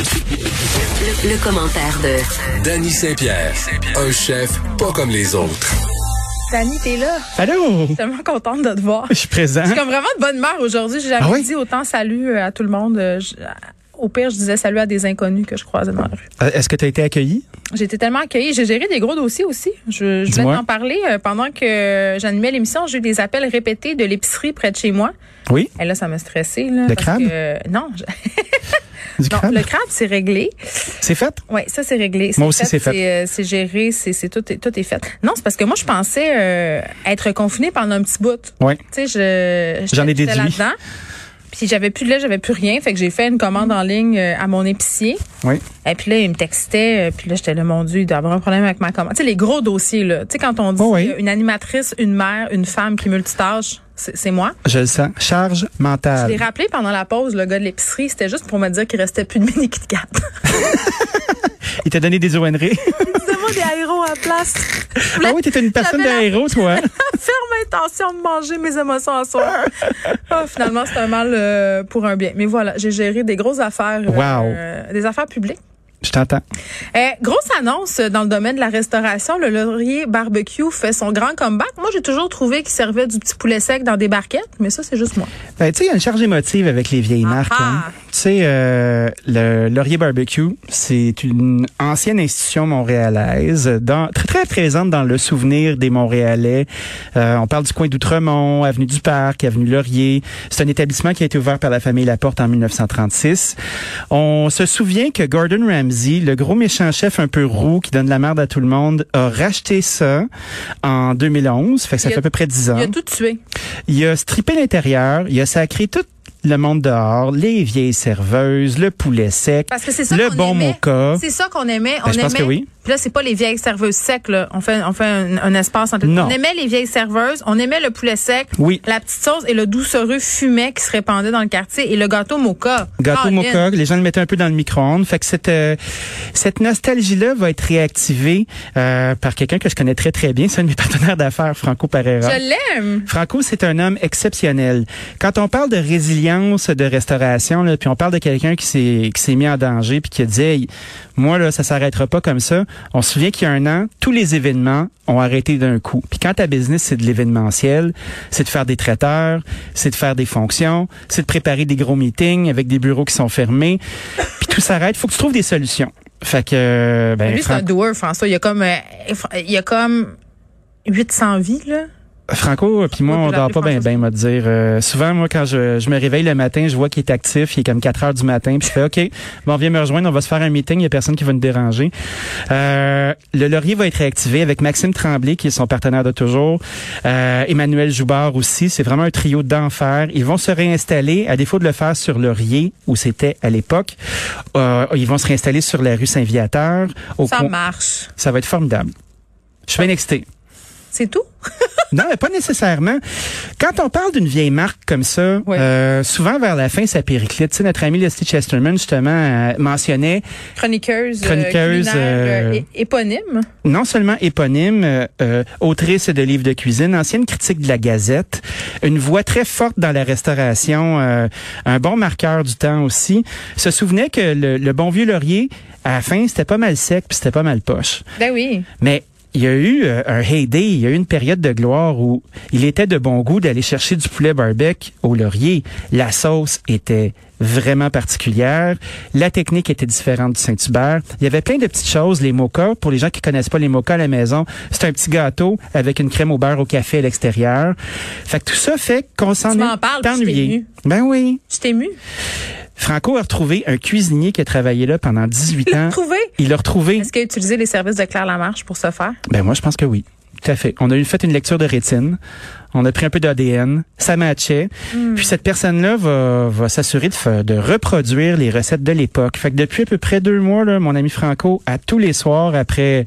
Le, le commentaire de Danny Saint-Pierre, un chef pas comme les autres. Fanny, t'es là. Allô? Je suis tellement contente de te voir. Je suis présent. Je suis comme vraiment de bonne mère aujourd'hui. J'ai jamais Ah oui? dit autant salut euh, à tout le monde. Je- euh, au pire, je disais salut à des inconnus que je croisais dans la rue. Euh, Est-ce que tu as été accueilli? J'ai été tellement accueillie. J'ai géré des gros dossiers aussi. Je, je vais Dis-moi. t'en parler. euh, Pendant que j'animais l'émission, j'ai eu des appels répétés de l'épicerie près de chez moi. Oui. Et là, ça m'a stressée. Là, Le parce crabe? que- non, je- Du non, crabe? le crabe, c'est réglé. C'est fait? Oui, ça, c'est réglé. Moi aussi, c'est fait. euh, C'est géré, c'est c'est- tout, est- tout est fait. Non, c'est parce que moi, je pensais euh, être confinée pendant un petit bout. Oui. Tu sais, je J'en ai j'étais déduit. là-dedans. Puis j'avais plus de lait, j'avais plus rien, fait que j'ai fait une commande en ligne euh, à mon épicier. Oui. Et puis là, il me textait, euh, puis là j'étais là mon dieu, il doit avoir un problème avec ma commande. Tu sais les gros dossiers là, tu sais quand on dit Oh oui. euh, une animatrice, une mère, une femme qui multitâche, c'est c'est moi. Je le sens. Charge Je l'ai mentale. rappelé pendant la pause le gars de l'épicerie, c'était juste pour me dire qu'il restait plus de mini Kit Kat. Il t'a donné des ONR. Donnez-moi des aéros à place. E. ah oui, t'étais une personne J'avais d'aéro, toi. hein? ferme intention de manger mes émotions à soi. Ah, finalement, c'est un mal euh, pour un bien. Mais voilà, j'ai géré des grosses affaires, euh, des affaires publiques. Je t'entends. Euh, grosse annonce dans le domaine de la restauration, le Laurier Barbecue fait son grand comeback. Moi, j'ai toujours trouvé qu'il servait du petit poulet sec dans des barquettes, mais ça, c'est juste moi. Ben, tu sais, il y a une charge émotive avec les vieilles Ah marques. hein. ah. Tu sais, euh, le Laurier Barbecue, c'est une ancienne institution montréalaise, dans, très, très présente dans le souvenir des Montréalais. Euh, on parle du coin d'Outremont, avenue du Parc, avenue Laurier. C'est un établissement qui a été ouvert par la famille Laporte en 1936. On se souvient que Gordon Ramsay, le gros méchant chef un peu roux qui donne la merde à tout le monde, a racheté ça en 2011. Fait que ça Il a- fait à peu près 10 ans. Il a tout tué. Il a strippé l'intérieur, il a sacré tout le monde dehors, les vieilles serveuses, le poulet sec, Parce que c'est ça le qu'on bon aimait. mocha. Ben, C'est ça qu'on aimait. on je aimait. pense que oui. Puis là, c'est pas les vieilles serveuses secs. Là. On fait, on fait un, un espace entre. Non. On aimait les vieilles serveuses. On aimait le poulet sec. Oui. La petite sauce et le doucereux fumet qui se répandait dans le quartier et le gâteau mocha. Gâteau Colin. mocha, les gens le mettaient un peu dans le micro-ondes. Fait que cette, euh, cette nostalgie-là va être réactivée euh, par quelqu'un que je connais très très bien, c'est un de mes partenaires d'affaires, Franco Pereira. Je l'aime. Franco, c'est un homme exceptionnel. Quand on parle de résilience de restauration, là, puis on parle de quelqu'un qui s'est qui s'est mis en danger, puis qui a dit, Hey, moi là, ça s'arrêtera pas comme ça. On se souvient qu'il y a un an, tous les événements ont arrêté d'un coup. Puis quand ta business c'est de l'événementiel, c'est de faire des traiteurs, c'est de faire des fonctions, c'est de préparer des gros meetings avec des bureaux qui sont fermés, puis tout s'arrête. Faut que tu trouves des solutions. Fait que euh, ben, Lui, c'est un Fran- doer, François. Il y a comme, euh, il y a comme 800 vies là. Franco, euh, puis moi, Moi, on j'ai dort appris pas bien, François. ben, m'a dire. Euh, souvent, moi, quand je, je me réveille le matin, je vois qu'il est actif, il est comme 4 heures du matin, puis je fais, OK, bon, viens me rejoindre, on va se faire un meeting, il y a personne qui va nous déranger. Euh, le laurier va être réactivé avec Maxime Tremblay, qui est son partenaire de toujours, euh, Emmanuel Joubard aussi, c'est vraiment un trio d'enfer. Ils vont se réinstaller, à défaut de le faire sur laurier, où c'était à l'époque, euh, ils vont se réinstaller sur la rue Saint-Viateur. Au Ça coin- marche. ça va être formidable. Je suis bien excité. C'est tout. Non, mais pas nécessairement. Quand on parle d'une vieille marque comme ça, Ouais. euh, souvent vers la fin, ça périclite. Tu sais, notre ami Leslie Chesterman, justement, euh, mentionnait Chroniqueuse, euh, Chroniqueuse, culinaire, euh, euh, é- éponyme. non seulement éponyme, euh, euh, autrice de livres de cuisine, ancienne critique de la Gazette, une voix très forte dans la restauration, euh, un bon marqueur du temps aussi, se souvenait que le, le bon vieux laurier, à la fin, c'était pas mal sec puis c'était pas mal poche. Ben oui. Mais il y a eu euh, un heyday, il y a eu une période de gloire où il était de bon goût d'aller chercher du poulet barbecue au laurier. La sauce était vraiment particulière. La technique était différente du Saint-Hubert. Il y avait plein de petites choses, les mochas. Pour les gens qui connaissent pas les mochas à la maison, c'est un petit gâteau avec une crème au beurre au café à l'extérieur. Fait que tout ça fait qu'on s'en Tu m'en est parles, puis je ennuyé. t'ai ému. Ben oui. Je t'ai émue. Franco a retrouvé un cuisinier qui a travaillé là pendant 18 ans. Trouvé. Il l'a retrouvé. Est-ce qu'il a utilisé les services de Claire Lamarche pour ce faire? Ben moi, je pense que oui. Tout à fait. On a eu fait une lecture de rétine. On a pris un peu d'ADN. Ça matchait. Puis cette personne-là va, va s'assurer de, fa- de reproduire les recettes de l'époque. Fait que depuis à peu près deux mois, là, mon ami Franco, à tous les soirs, après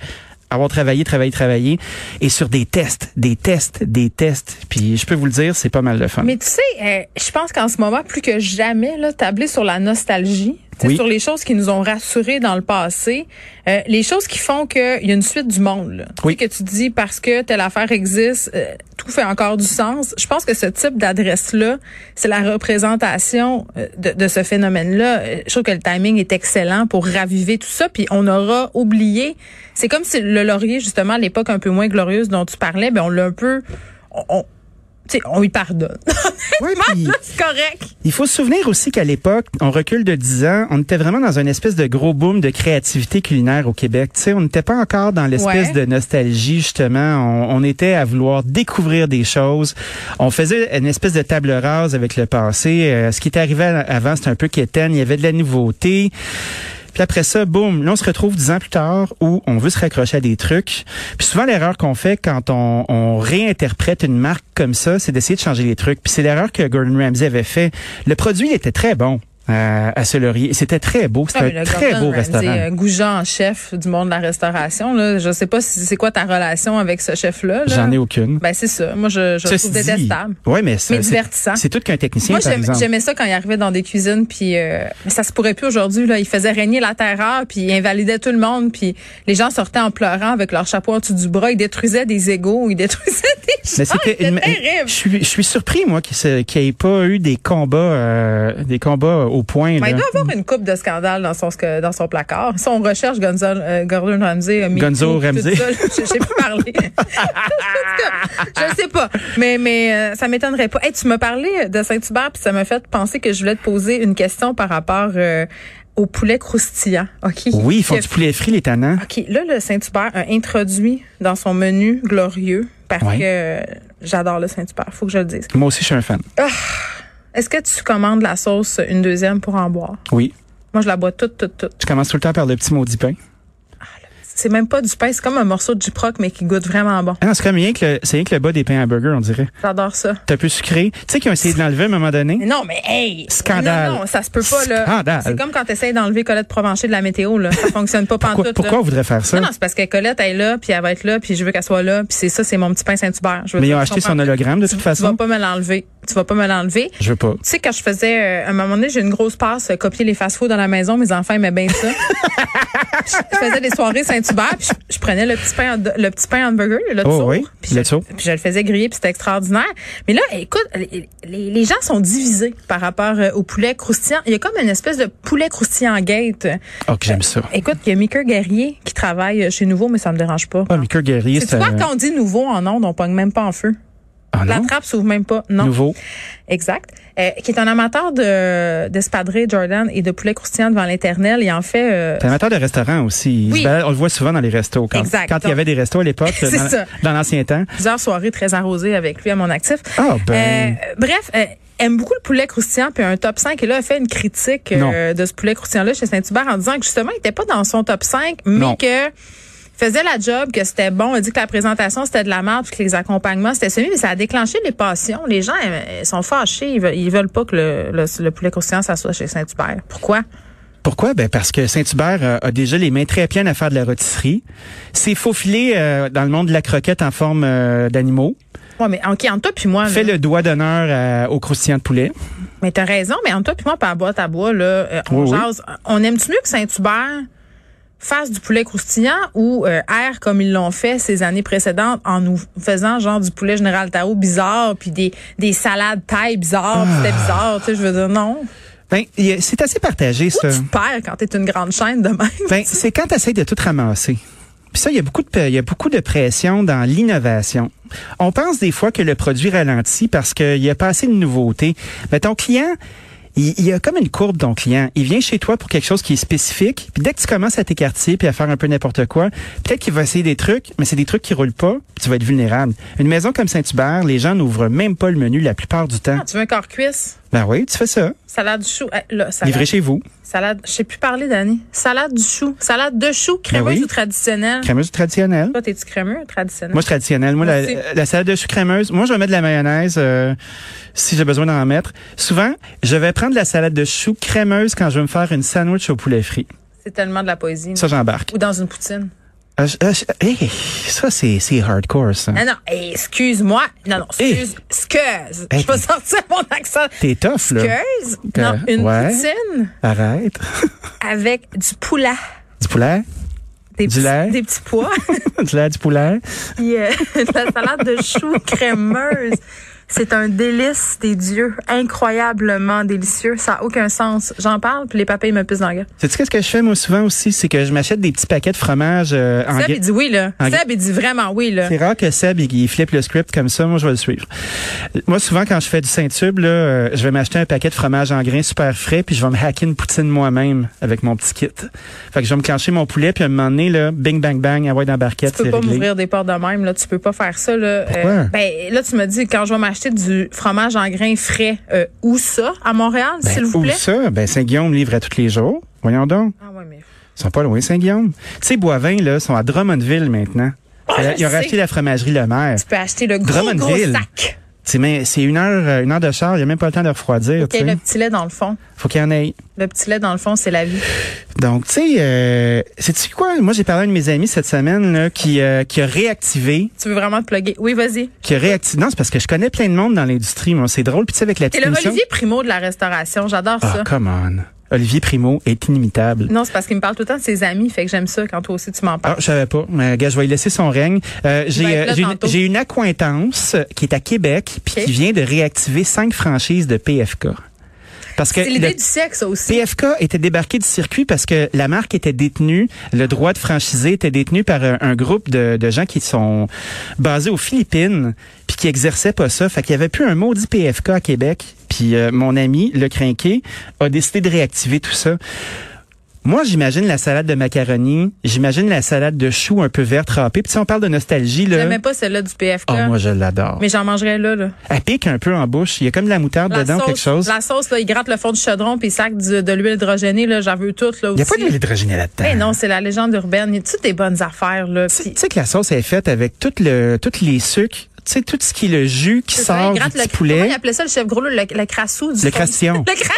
avoir travaillé, travaillé, travaillé, et sur des tests, des tests, des tests. Puis je peux vous le dire, c'est pas mal de fun. Mais tu sais, euh, je pense qu'en ce moment, plus que jamais, là, tabler sur la nostalgie, Tu sais, Oui. Sur les choses qui nous ont rassurés dans le passé, euh, les choses qui font qu'il y a une suite du monde. là. Tu sais, Oui. Que tu dis parce que telle affaire existe, euh, tout fait encore du sens. Je pense que ce type d'adresse-là, c'est la représentation euh, de, de ce phénomène-là. Euh, Je trouve que le timing est excellent pour raviver tout ça, puis on aura oublié. C'est comme si le laurier, justement, à l'époque un peu moins glorieuse dont tu parlais, ben on l'a un peu... On, on- tu sais, on lui pardonne. Oui, puis- C'est correct. Il faut se souvenir aussi qu'à l'époque, on recule de 10 ans, on était vraiment dans une espèce de gros boom de créativité culinaire au Québec. Tu sais, on n'était pas encore dans l'espèce Ouais. de nostalgie, justement. On, on était à vouloir découvrir des choses. On faisait une espèce de table rase avec le passé. Euh, ce qui était arrivé à- avant, c'était un peu quétaine. Il y avait de la nouveauté. Puis après ça, boum, là, on se retrouve dix ans plus tard où on veut se raccrocher à des trucs. Puis souvent, l'erreur qu'on fait quand on, on réinterprète une marque comme ça, c'est d'essayer de changer les trucs. Puis c'est l'erreur que Gordon Ramsay avait fait. Le produit, il était très bon. euh, à ce laurier. C'était très beau. Ah, mais C'était un le très Gordon beau Ramsay, restaurant. euh, Goujon en chef du monde de la restauration. Là. Je sais pas si c'est quoi ta relation avec ce chef-là. là. J'en ai aucune. Ben, c'est ça. Moi, je, je le trouve détestable. Oui, mais, ça, Mais c'est- divertissant. C'est tout qu'un technicien, Moi, par j'aimais- exemple. j'aimais ça quand il arrivait dans des cuisines, puis euh, mais ça se pourrait plus aujourd'hui. Là, il faisait régner la terreur, puis il invalidait tout le monde, puis les gens sortaient en pleurant avec leur chapeau en dessous du bras. Ils détruisaient des égaux, ils détruisaient des Mais choses. c'était C'était une- Ah, terrible. Je suis, je suis surpris, moi, qu'il se- qu'il n'y ait pas eu des combats, euh, des combats au point. Ben, il là. doit avoir une coupe de scandale dans son, sc- dans son placard. Si on recherche Gonzo, euh, Gordon Ramsay, euh, Me Gonzo Too, tout Ramsay. ça, là, je je sais plus parler. je sais pas. Mais, mais euh, ça m'étonnerait pas. Hey, tu m'as parlé de Saint-Hubert, puis ça m'a fait penser que je voulais te poser une question par rapport euh, au poulet croustillant. OK? Oui, ils font Que- du poulet frit, les tannants. OK, là, le Saint-Hubert a introduit dans son menu glorieux, parce Ouais. que euh, j'adore le Saint-Hubert, faut que je le dise. Moi aussi, je suis un fan. Est-ce que tu commandes la sauce une deuxième pour en boire? Oui. Moi, je la bois toute, toute, toute. Je commence tout le temps par le petit maudit pain. C'est même pas du pain, c'est comme un morceau de Duproc, mais qui goûte vraiment bon. Ah non, c'est comme rien que le, c'est rien que le bas des pains à burger, on dirait. J'adore ça. C'est un peu sucré. Tu sais qu'ils ont essayé de l'enlever à un moment donné? Mais non, mais hey! Scandale. Non, non, ça se peut pas, là. Scandale. C'est comme quand t'essayes d'enlever Colette Provencher de la météo, là. Ça fonctionne pas Pourquoi, pantoute, pourquoi on là. voudrait faire ça? Non, non, c'est parce que Colette, elle est là, puis elle va être là, puis je veux qu'elle soit là, puis c'est ça, c'est mon petit pain Saint-Hubert. Je veux Mais ils dire, ont tu acheté son comprends? hologramme, de toute Tu vas façon. pas me l'enlever. Tu vas pas me l'enlever. Je veux pas. Tu sais, quand je faisais, euh, à un moment donné, j'ai une grosse passe, euh, copier les fast-foods dans la maison, mes enfants aimaient bien ça. je faisais des soirées Saint-Hubert, puis je, je prenais le petit pain, le petit pain hamburger, le Oh tour, oui, puis le je- tour. puis je le faisais griller, puis c'était extraordinaire. Mais là, écoute, les, les- les gens sont divisés par rapport euh, au poulet croustillant. Il y a comme une espèce de poulet croustillant gate. Oh, que j'aime ça. Écoute, il y a Mika Guerrier qui travaille euh, chez Nouveau, mais ça me dérange pas. Ah, Mika Guerrier, C'est c'est quoi un- quand on dit nouveau en ondes, on pogne même pas en feu. Ah La non? trappe s'ouvre même pas. Non. Nouveau. Exact. Euh, qui est un amateur de d'espadrilles Jordan et de poulet croustillant devant l'internel. Et en fait, euh, C'est un amateur de restaurant aussi. Il se Oui. balade- on le voit souvent dans les restos. Quand, Exact. quand il y avait des restos à l'époque, C'est dans, ça. dans l'ancien temps. plusieurs soirées très arrosées avec lui à mon actif. Ah, ben. Euh, bref, euh, aime beaucoup le poulet croustillant puis un top 5 et là a fait une critique euh, Non. de ce poulet croustillant là chez Saint-Hubert en disant que justement il était pas dans son top 5 mais Non. que faisait la job que c'était bon, il dit que la présentation c'était de la merde puis que les accompagnements c'était semi mais ça a déclenché les passions, les gens euh, ils sont fâchés, ils veulent, ils veulent pas que le, le- le poulet croustillant ça soit chez Saint-Hubert. Pourquoi Pourquoi? Ben parce que Saint-Hubert euh, a déjà les mains très pleines à faire de la rôtisserie. C'est faufilé euh, dans le monde de la croquette en forme euh, d'animaux. Ouais, mais OK, entre toi puis moi. Ah, là. Fait le doigt d'honneur euh, au croustillant de poulet. Mais t'as raison, mais entre toi puis moi, par boîte à bois, là, euh, on Oui, oui. jase. On aime-tu mieux que Saint-Hubert fasse du poulet croustillant ou euh, erre comme ils l'ont fait ces années précédentes en nous faisant genre du poulet général Tao bizarre, puis des, des salades taille bizarres, puis Ah. c'était bizarre, tu sais, je veux dire, non. Ben, il y a- c'est assez partagé, Où ça. tu te perds quand t'es une grande chaîne de même? Ben, c'est quand tu de tout ramasser. Puis ça, il y a beaucoup de il y a beaucoup de pression dans l'innovation. On pense des fois que le produit ralentit parce qu'il n'y a pas assez de nouveautés. Mais ton client, il, il y a comme une courbe, ton client. Il vient chez toi pour quelque chose qui est spécifique. Puis dès que tu commences à t'écarter puis à faire un peu n'importe quoi, peut-être qu'il va essayer des trucs, mais c'est des trucs qui roulent pas. puis tu vas être vulnérable. Une maison comme Saint-Hubert, les gens n'ouvrent même pas le menu la plupart du temps. Ah, tu veux un corps cuisse? Ben oui, tu fais ça. Salade du chou. Eh, là, salade. Livré chez vous. Salade. Je sais plus parler, Dani. Salade du chou. Salade de chou, crémeuse Ben oui. ou traditionnelle? Crémeuse traditionnelle. Toi, t'es-tu crémeux ou traditionnel? Moi, je suis traditionnel. Moi, Moi la, aussi. la salade de chou crémeuse. Moi, je vais mettre de la mayonnaise euh, si j'ai besoin d'en mettre. Souvent, je vais prendre de la salade de chou crémeuse quand je vais me faire une sandwich au poulet frit. C'est tellement de la poésie. Ça, j'embarque. Ou dans une poutine. Ah, je- ah, je- hey, ça, c'est c'est hardcore, ça. Ah Non, non, hey, excuse-moi. Non, non, excuse. Excuse. Hey. Je peux sortir mon accent. Eh! Ben, T'es tough, là. Excuse. Non, Euh, une ouais. poutine Arrête. avec du poulet. du poulet. Des, Du petits- lait. des petits pois. du lait, du poulet. Puis euh, de la salade de choux crémeuse. C'est un délice des dieux. Incroyablement délicieux. Ça n'a aucun sens. J'en parle, puis les papas, ils me pissent dans la gueule. Sais-tu qu'est-ce que je fais, moi, souvent aussi? C'est que je m'achète des petits paquets de fromage euh, en Seb, gra- il dit oui, là. en gra- Seb, il dit vraiment oui, là. C'est rare que Seb, il, il flippe le script comme ça. Moi, je vais le suivre. Moi, souvent, quand je fais du Saint-Tube, là, euh, je vais m'acheter un paquet de fromage en grains super frais, puis je vais me hacker une poutine moi-même avec mon petit kit. Fait que je vais me clencher mon poulet, puis à un moment donné, là, bing, bang, bang, envoie dans la barquette, Tu peux c'est pas réglé. m'ouvrir des portes de même, là. Tu peux pas faire ça, là. Pourquoi? ben, là, tu me dis, quand je vais m'acheter du fromage en grains frais, euh, où ça? À Montréal, Ben, s'il vous où plaît? ça? Ben, Saint-Guillaume livre à tous les jours. Voyons donc. Ah, ouais, mais. Ils sont pas loin, Saint-Guillaume. Tu sais, Boivin, là, sont à Drummondville maintenant. Ah, Euh, je ils ont sais. racheté la fromagerie Le Maire. Tu peux acheter le gros, gros Drummondville. sac. C'est mais c'est une heure euh, une heure de char, il n'y a même pas le temps de refroidir. OK, tu sais. le petit lait dans le fond. Faut qu'il y en ait. Le petit lait dans le fond, c'est la vie. Donc tu sais, euh, sais-tu quoi Moi j'ai parlé à un de mes amis cette semaine là, qui euh, qui a réactivé, Tu veux vraiment te plugger? Oui, vas-y. qui a réactivé. Non, c'est parce que je connais plein de monde dans l'industrie. Moi c'est drôle. Puis tu sais avec la T'es petite le émission- Olivier Primo de la restauration. J'adore Ah ça. come on. Olivier Primo est inimitable. Non, c'est parce qu'il me parle tout le temps de ses amis. Fait que j'aime ça quand toi aussi tu m'en Ah, parles. je savais pas. Mais gars, je vais lui laisser son règne. Euh, j'ai, va être euh, Ben, là j'ai une, tantôt. j'ai une acquaintance euh, qui est à Québec puis Ok. qui vient de réactiver cinq franchises de PFK. Parce que c'est l'idée Ah, le- du sexe ça aussi. PFK était débarqué du circuit parce que la marque était détenue, le droit de franchiser était détenu par un, un groupe de, de gens qui sont basés aux Philippines puis qui exerçaient pas ça. Fait qu'il y avait plus un maudit PFK à Québec. Puis euh, mon ami, le crinqué, a décidé de réactiver tout ça. Moi, j'imagine la salade de macaroni, j'imagine la salade de choux un peu vert râpé. Puis si on parle de nostalgie, là... J'aimais pas celle-là du PFK. E. Ah, moi, je l'adore. mais j'en mangerais là, là. Elle pique un peu en bouche. Il y a comme de la moutarde La dedans ou sauce, quelque chose. La sauce, là, il gratte le fond du chaudron puis il sac du- de l'huile hydrogénée, là. J'en veux toutes, là Il aussi. n'y a pas d'huile hydrogénée là-dedans. Ben non, c'est la légende urbaine. Il y a toutes des bonnes affaires, là. Tu Puis, tu sais que la sauce est faite avec tout le, tous les sucres, tu sais, tout ce qui est le jus qui c'est vrai, sort il du gratte petit le, Comment poulet. il appelait ça le chef gros, là, le, le crassou du fond- Le crastillon. le crastillon!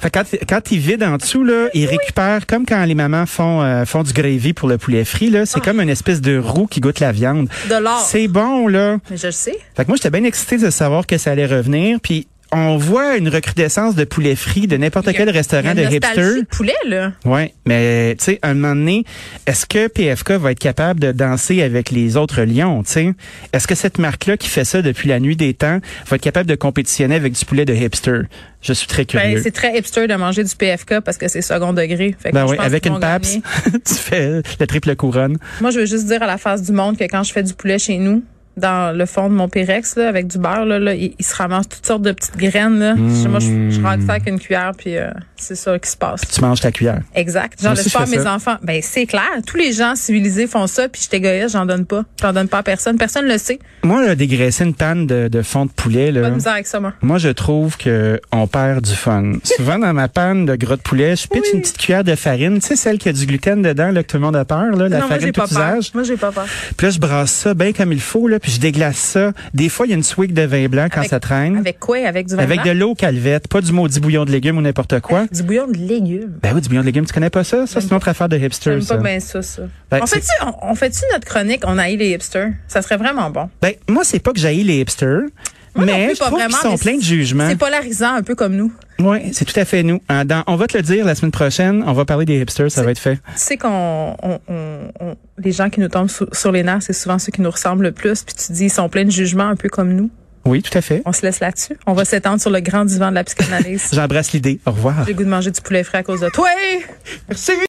Fait quand, quand il vide en dessous, là, il récupère, comme quand les mamans font, euh, font du gravy pour le poulet frit, là, c'est comme une espèce de roux qui goûte la viande. Ah. De l'or. C'est bon, là. Mais je le sais. Fait que moi, j'étais bien excité de savoir que ça allait revenir, puis on voit une recrudescence de poulet frit de n'importe quel restaurant Il y de a une nostalgie hipster. de poulet, là. Ouais, mais tu sais, à un moment donné, est-ce que PFK va être capable de danser avec les autres lions, tu sais? Est-ce que cette marque-là qui fait ça depuis la nuit des temps va être capable de compétitionner avec du poulet de hipster? Je suis très Ben, curieux. c'est très hipster de manger du PFK parce que c'est second degré. Fait que Ben je oui, pense avec qu'ils une vont PAPS, gagner. tu fais la triple couronne. Moi, je veux juste dire à la face du monde que quand je fais du poulet chez nous, dans le fond de mon Pérex, là, avec du beurre, là, là, il, il se ramasse toutes sortes de petites graines. Là. Je- Moi, je, Hmm. je racle ça avec une cuillère, puis euh, c'est ça qui se passe. Tu manges ta cuillère. Exact. Moi J'en aussi, laisse je pas à fais mes ça. enfants. Ben, c'est clair. Tous les gens civilisés font ça, puis je t'égoïste, j'en donne pas. J'en donne pas à personne. Personne le sait. Moi, là, dégraisser une panne de, de fond de poulet, là. Pas de misère avec ça, moi. Moi, je trouve que on perd du fun. Souvent, dans ma panne de gras de poulet, je pitche une petite cuillère de farine. Tu sais, celle qui a du gluten dedans, là, que tout le monde a peur, là, la non, moi, farine j'ai tout pas peur. usage. Moi, j'ai pas peur. Puis là, je brasse ça bien comme il faut, là, puis je déglace ça. Des fois, il y a une swig de vin blanc quand Avec- ça traîne. Avec, Avec quoi? Avec du vin blanc? de l'eau calvette, pas du maudit bouillon de légumes ou n'importe quoi. Du bouillon de légumes. Ben oui, du bouillon de légumes, tu connais pas ça? Ça, c'est une autre affaire de hipster, J'aime ça. pas bien ça, ça. Ben, on c'est- fait-tu on, on fait-tu notre chronique, on haït les hipsters? Ça serait vraiment bon. Ben, moi, c'est pas que j'haïs les hipsters, Moi non mais plus, je pas trouve qu'ils vraiment, sont mais pleins de c'est- jugements. C'est polarisant un peu comme nous. Oui, c'est tout à fait nous. Hein, dans- on va te le dire la semaine prochaine, on va parler des hipsters, ça va être fait. Tu sais qu'on on, on- on- les gens qui nous tombent sou- sur les nerfs, c'est souvent ceux qui nous ressemblent le plus. Puis tu dis, ils sont pleins de jugements un peu comme nous. Oui, tout à fait. On se laisse là-dessus. On va s'étendre sur le grand divan de la psychanalyse. J'embrasse l'idée. Au revoir. J'ai le goût de manger du poulet frais à cause de toi.